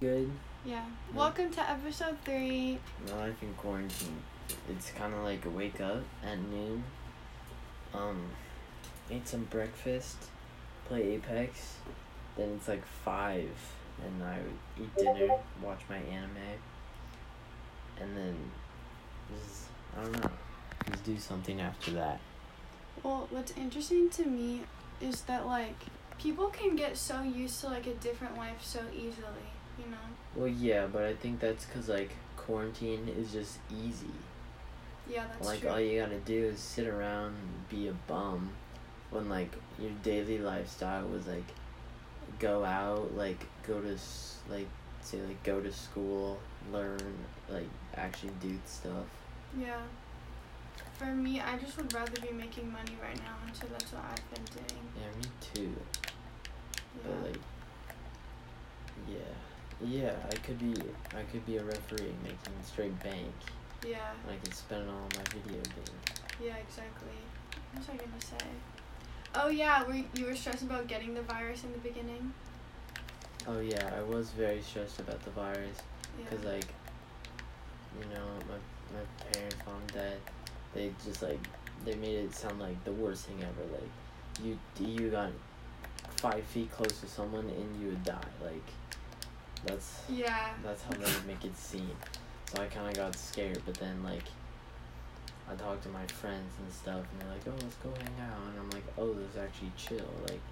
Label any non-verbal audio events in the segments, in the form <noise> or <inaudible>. good. Yeah. Welcome to episode three. My life in quarantine. It's kind of like a wake up at noon. Um, eat some breakfast, play Apex. Then it's like five, and I would eat dinner, watch my anime, and then just I don't know, just do something after that. Well, what's interesting to me is that like people can get so used to like a different life so easily, you know. Well, yeah, but I think that's cause like quarantine is just easy. Yeah, that's like true. all you gotta do is sit around and be a bum when like your daily lifestyle was like go out like go to s- like say like go to school learn like actually do stuff yeah. For me, I just would rather be making money right now, and so that's what I've been doing. yeah me too but Yeah. like yeah yeah i could be i could be a referee making straight bank yeah. i can spend it all on my video game Yeah, exactly. What was I gonna say? Oh yeah, were you were stressed about getting the virus in the beginning? oh yeah i was very stressed about the virus Yeah. Cause like, you know, my my parents, mom, dad, they just like they made it sound like the worst thing ever. Like, you you got five feet close to someone and you would die. Like, that's yeah. that's how they make it seem. So I kind of got scared, but then like, I talked to my friends and stuff, and they're like, "Oh, let's go hang out," and I'm like, "Oh, this is actually chill. Like,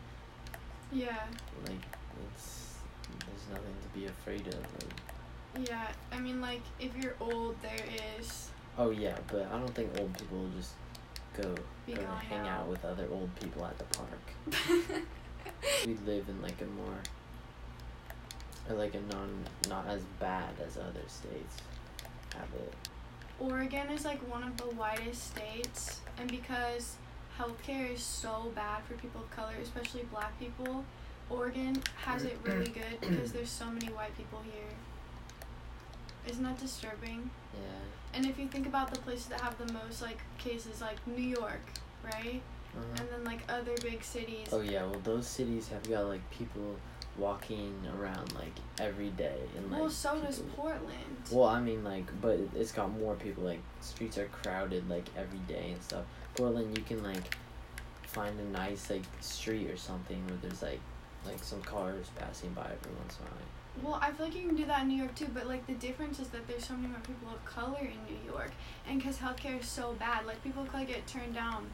Yeah. like it's there's nothing to be afraid of." Like, Yeah. I mean, like, if you're old, there is Oh yeah, but I don't think old people will just go Be or going hang out. out. with other old people at the park. We live in like a more or like a non not as bad as other states have it. <laughs> Oregon is like one of the whitest states, and because healthcare is so bad for people of color, especially black people, Oregon has it <clears throat> really good because there's so many white people here. Isn't that disturbing? Yeah. And if you think about the places that have the most like cases, like New York, right? Uh-huh. And then like other big cities. Oh yeah, well those cities have got like people walking around like every day and like well, so does people- Portland. Well, I mean, like, but it's got more people. Like, streets are crowded, like, every day and stuff. Portland, you can, like, find a nice, like, street or something where there's, like, like some cars passing by every once in a while. Well, I feel like you can do that in New York too, but like the difference is that there's so many more people of color in New York, and because healthcare is so bad, like people of color get turned down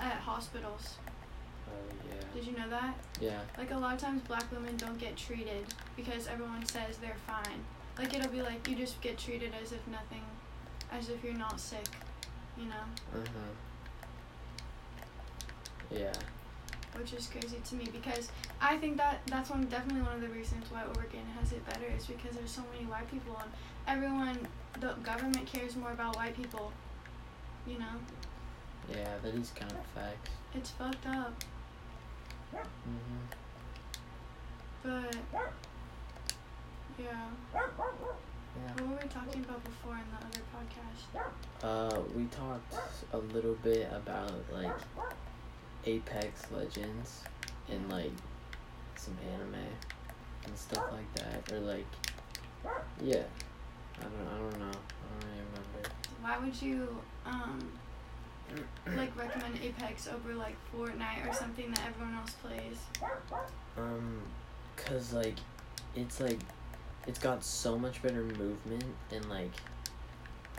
at hospitals. Oh, yeah. Did you know that? Yeah. Like a lot of times, black women don't get treated because everyone says they're fine. Like it'll be like you just get treated as if nothing, as if you're not sick, you know, Uh huh. Yeah. which is crazy to me because I think that that's one definitely one of the reasons why Oregon has it better is because there's so many white people and everyone the government cares more about white people. You know, Yeah, that is kind of facts. it's fucked up, Mm-hmm. but yeah. Yeah. What were we talking about before in the other podcast? Uh, we talked a little bit about, like, Apex Legends and, like, some anime and stuff like that. Or, like, yeah. I don't, I don't know. I don't really Why would you um like recommend Apex over like Fortnite or something that everyone else plays? remember. Um, cause, like, it's, like, it's got so much better movement and, like,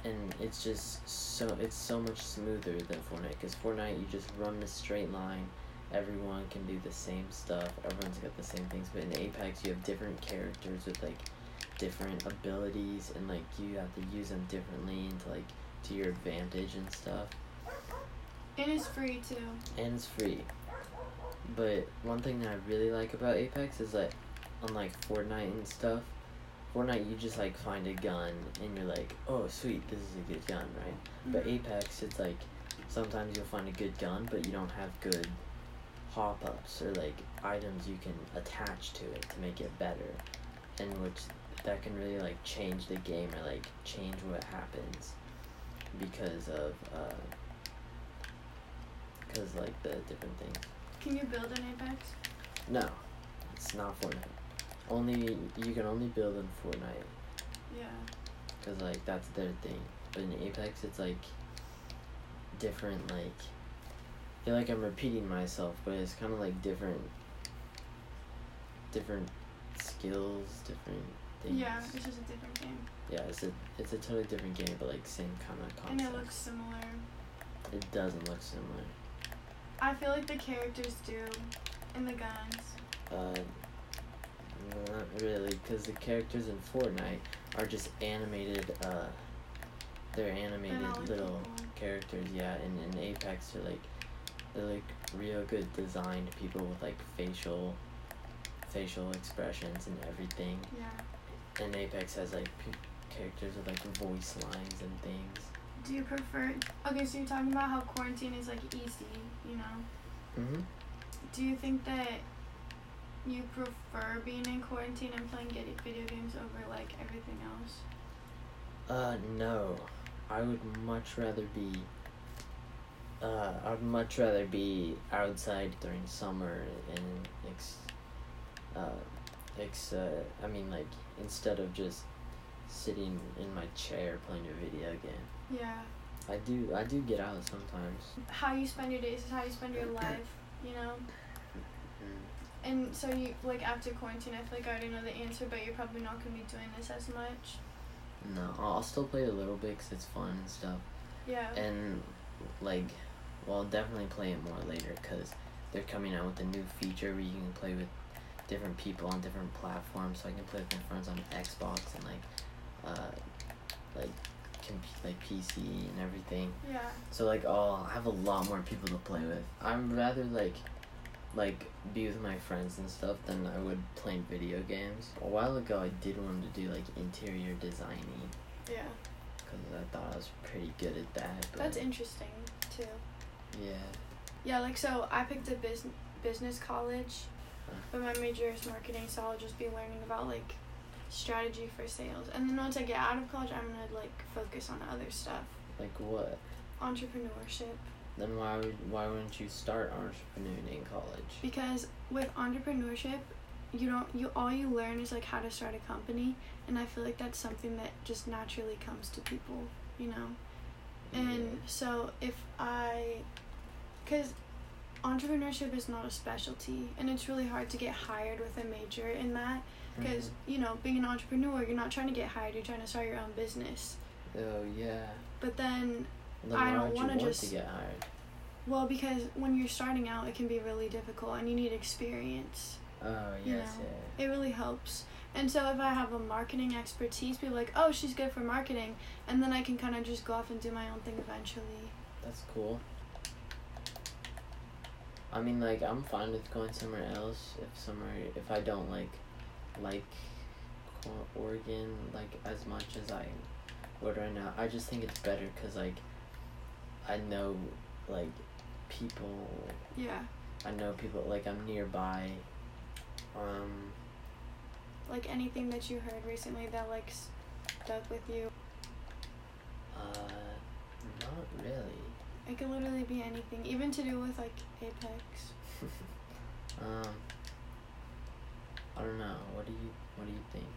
and it's just so, it's so much smoother than Fortnite. Cause Fortnite, you just run the straight line. Everyone can do the same stuff. Everyone's got the same things. But in Apex, you have different characters with, like, different abilities and, like, you have to use them differently and to, like, to your advantage and stuff. And it's free too. and it's free. But one thing that I really like about Apex is that, unlike Fortnite and stuff, Fortnite you just like find a gun and you're like, oh sweet, this is a good gun, right? But Apex it's like sometimes you'll find a good gun, but you don't have good hop ups or like items you can attach to it to make it better, and which that can really like change the game or like change what happens because of uh, because like the different things. Can you build an Apex? No, it's not Fortnite. only you can only build in Fortnite Yeah. because like that's their thing. But in Apex, it's like different. Like I feel like I'm repeating myself, but it's kind of like different, different skills, different things. Yeah, it's just a different game. Yeah, it's a it's a totally different game, but like same kind of And concept. it looks similar. It doesn't look similar. I feel like the characters do, and the guns. Uh, not really, because the characters in Fortnite are just animated. Uh, they're and all animated the little people. characters, yeah. And in Apex, they're like they're like real good designed people with like facial facial expressions and everything. Yeah. And Apex has like pe- characters with like voice lines and things. Do you prefer? Okay, so you're talking about how quarantine is like easy, you know. Mm-hmm. Do you think that you prefer being in quarantine and playing get- video games over like everything else? Uh, no. I would much rather be. Uh, I'd much rather be outside during summer and ex. Uh, ex. Uh, I mean, like instead of just sitting in my chair playing a video game. Yeah. I do. I do get out sometimes. How you spend your days is how you spend your life, you know. And so you like after quarantine, I feel like I already know the answer, but you're probably not gonna be doing this as much. No, I'll I'll still play a little bit 'cause it's fun and stuff. Yeah. and like well I'll definitely play it more later because they're coming out with a new feature where you can play with different people on different platforms so i can play with my friends on xbox and like uh like comp- like pc and everything yeah. so like i'll have a lot more people to play with i'm rather like like be with my friends and stuff than i would playing video games a while ago i did want to do like interior designing Yeah. because i thought i was pretty good at that but That's interesting too. yeah Yeah, like so I picked a business business college, but my major is marketing, so I'll just be learning about like strategy for sales. And then once I get out of college, I'm gonna like focus on other stuff, Like what? entrepreneurship. Then why would why wouldn't you start entrepreneuring in college? Because with entrepreneurship, you don't you all you learn is like how to start a company, and I feel like that's something that just naturally comes to people, you know. And so if I, because entrepreneurship is not a specialty, and it's really hard to get hired with a major in that. Because you know, being an entrepreneur, you're not trying to get hired; you're trying to start your own business. Mhm. oh yeah, But then, then I why don't would you wanna want to just- get hired? well, because when you're starting out, it can be really difficult, and you need experience. Oh you yes, know, It really helps. And so, if I have a marketing expertise, people are like, oh, she's good for marketing, and then I can kind of just go off and do my own thing eventually. yeah, that's cool. I mean, like I'm fine with going somewhere else if somewhere if I don't like like Cor- Oregon like as much as I would right now. I just think it's better because like I know like people Yeah, I know people like I'm nearby. Um, like anything that you heard recently that like stuck with you. uh, not really. <laughs> It could literally be anything, even to do with like Apex. um, I don't know. What do you What do you think?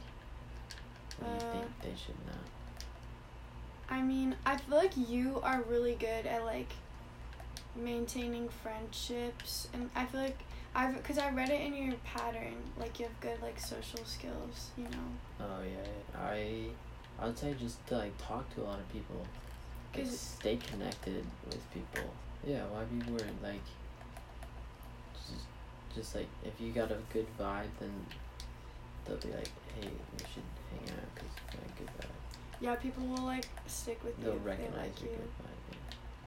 What do you Uh, think they should know? I mean, I feel like you are really good at like maintaining friendships, and I feel like I've because I read it in your pattern. Like you have good like social skills, you know. Oh yeah, I I would say just to, like talk to a lot of people. Like, Is it- stay connected with people. Yeah, why be worried? Like, just just like if you got a good vibe, then they'll be like, hey, we should hang out because you got a good vibe. Yeah, people will like stick with you. They'll if they recognize like your you. good vibe.